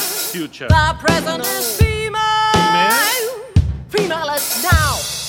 future. The present is female. Female? Female is now.